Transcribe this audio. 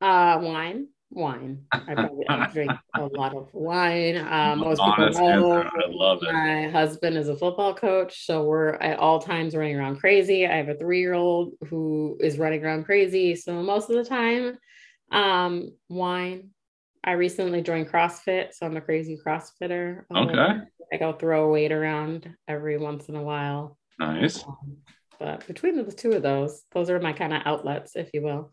Uh, wine. I, probably, I drink a lot of wine. Uh, most Honest people know answer. I love it. my husband is a football coach, so we're at all times running around crazy. I have a three-year-old who is running around crazy, so most of the time, um, wine. I recently joined CrossFit, so I'm a crazy CrossFitter. Um, Okay. I go throw a weight around every once in a while. Nice. Um, but between the two of those, those are my kind of outlets, if you will.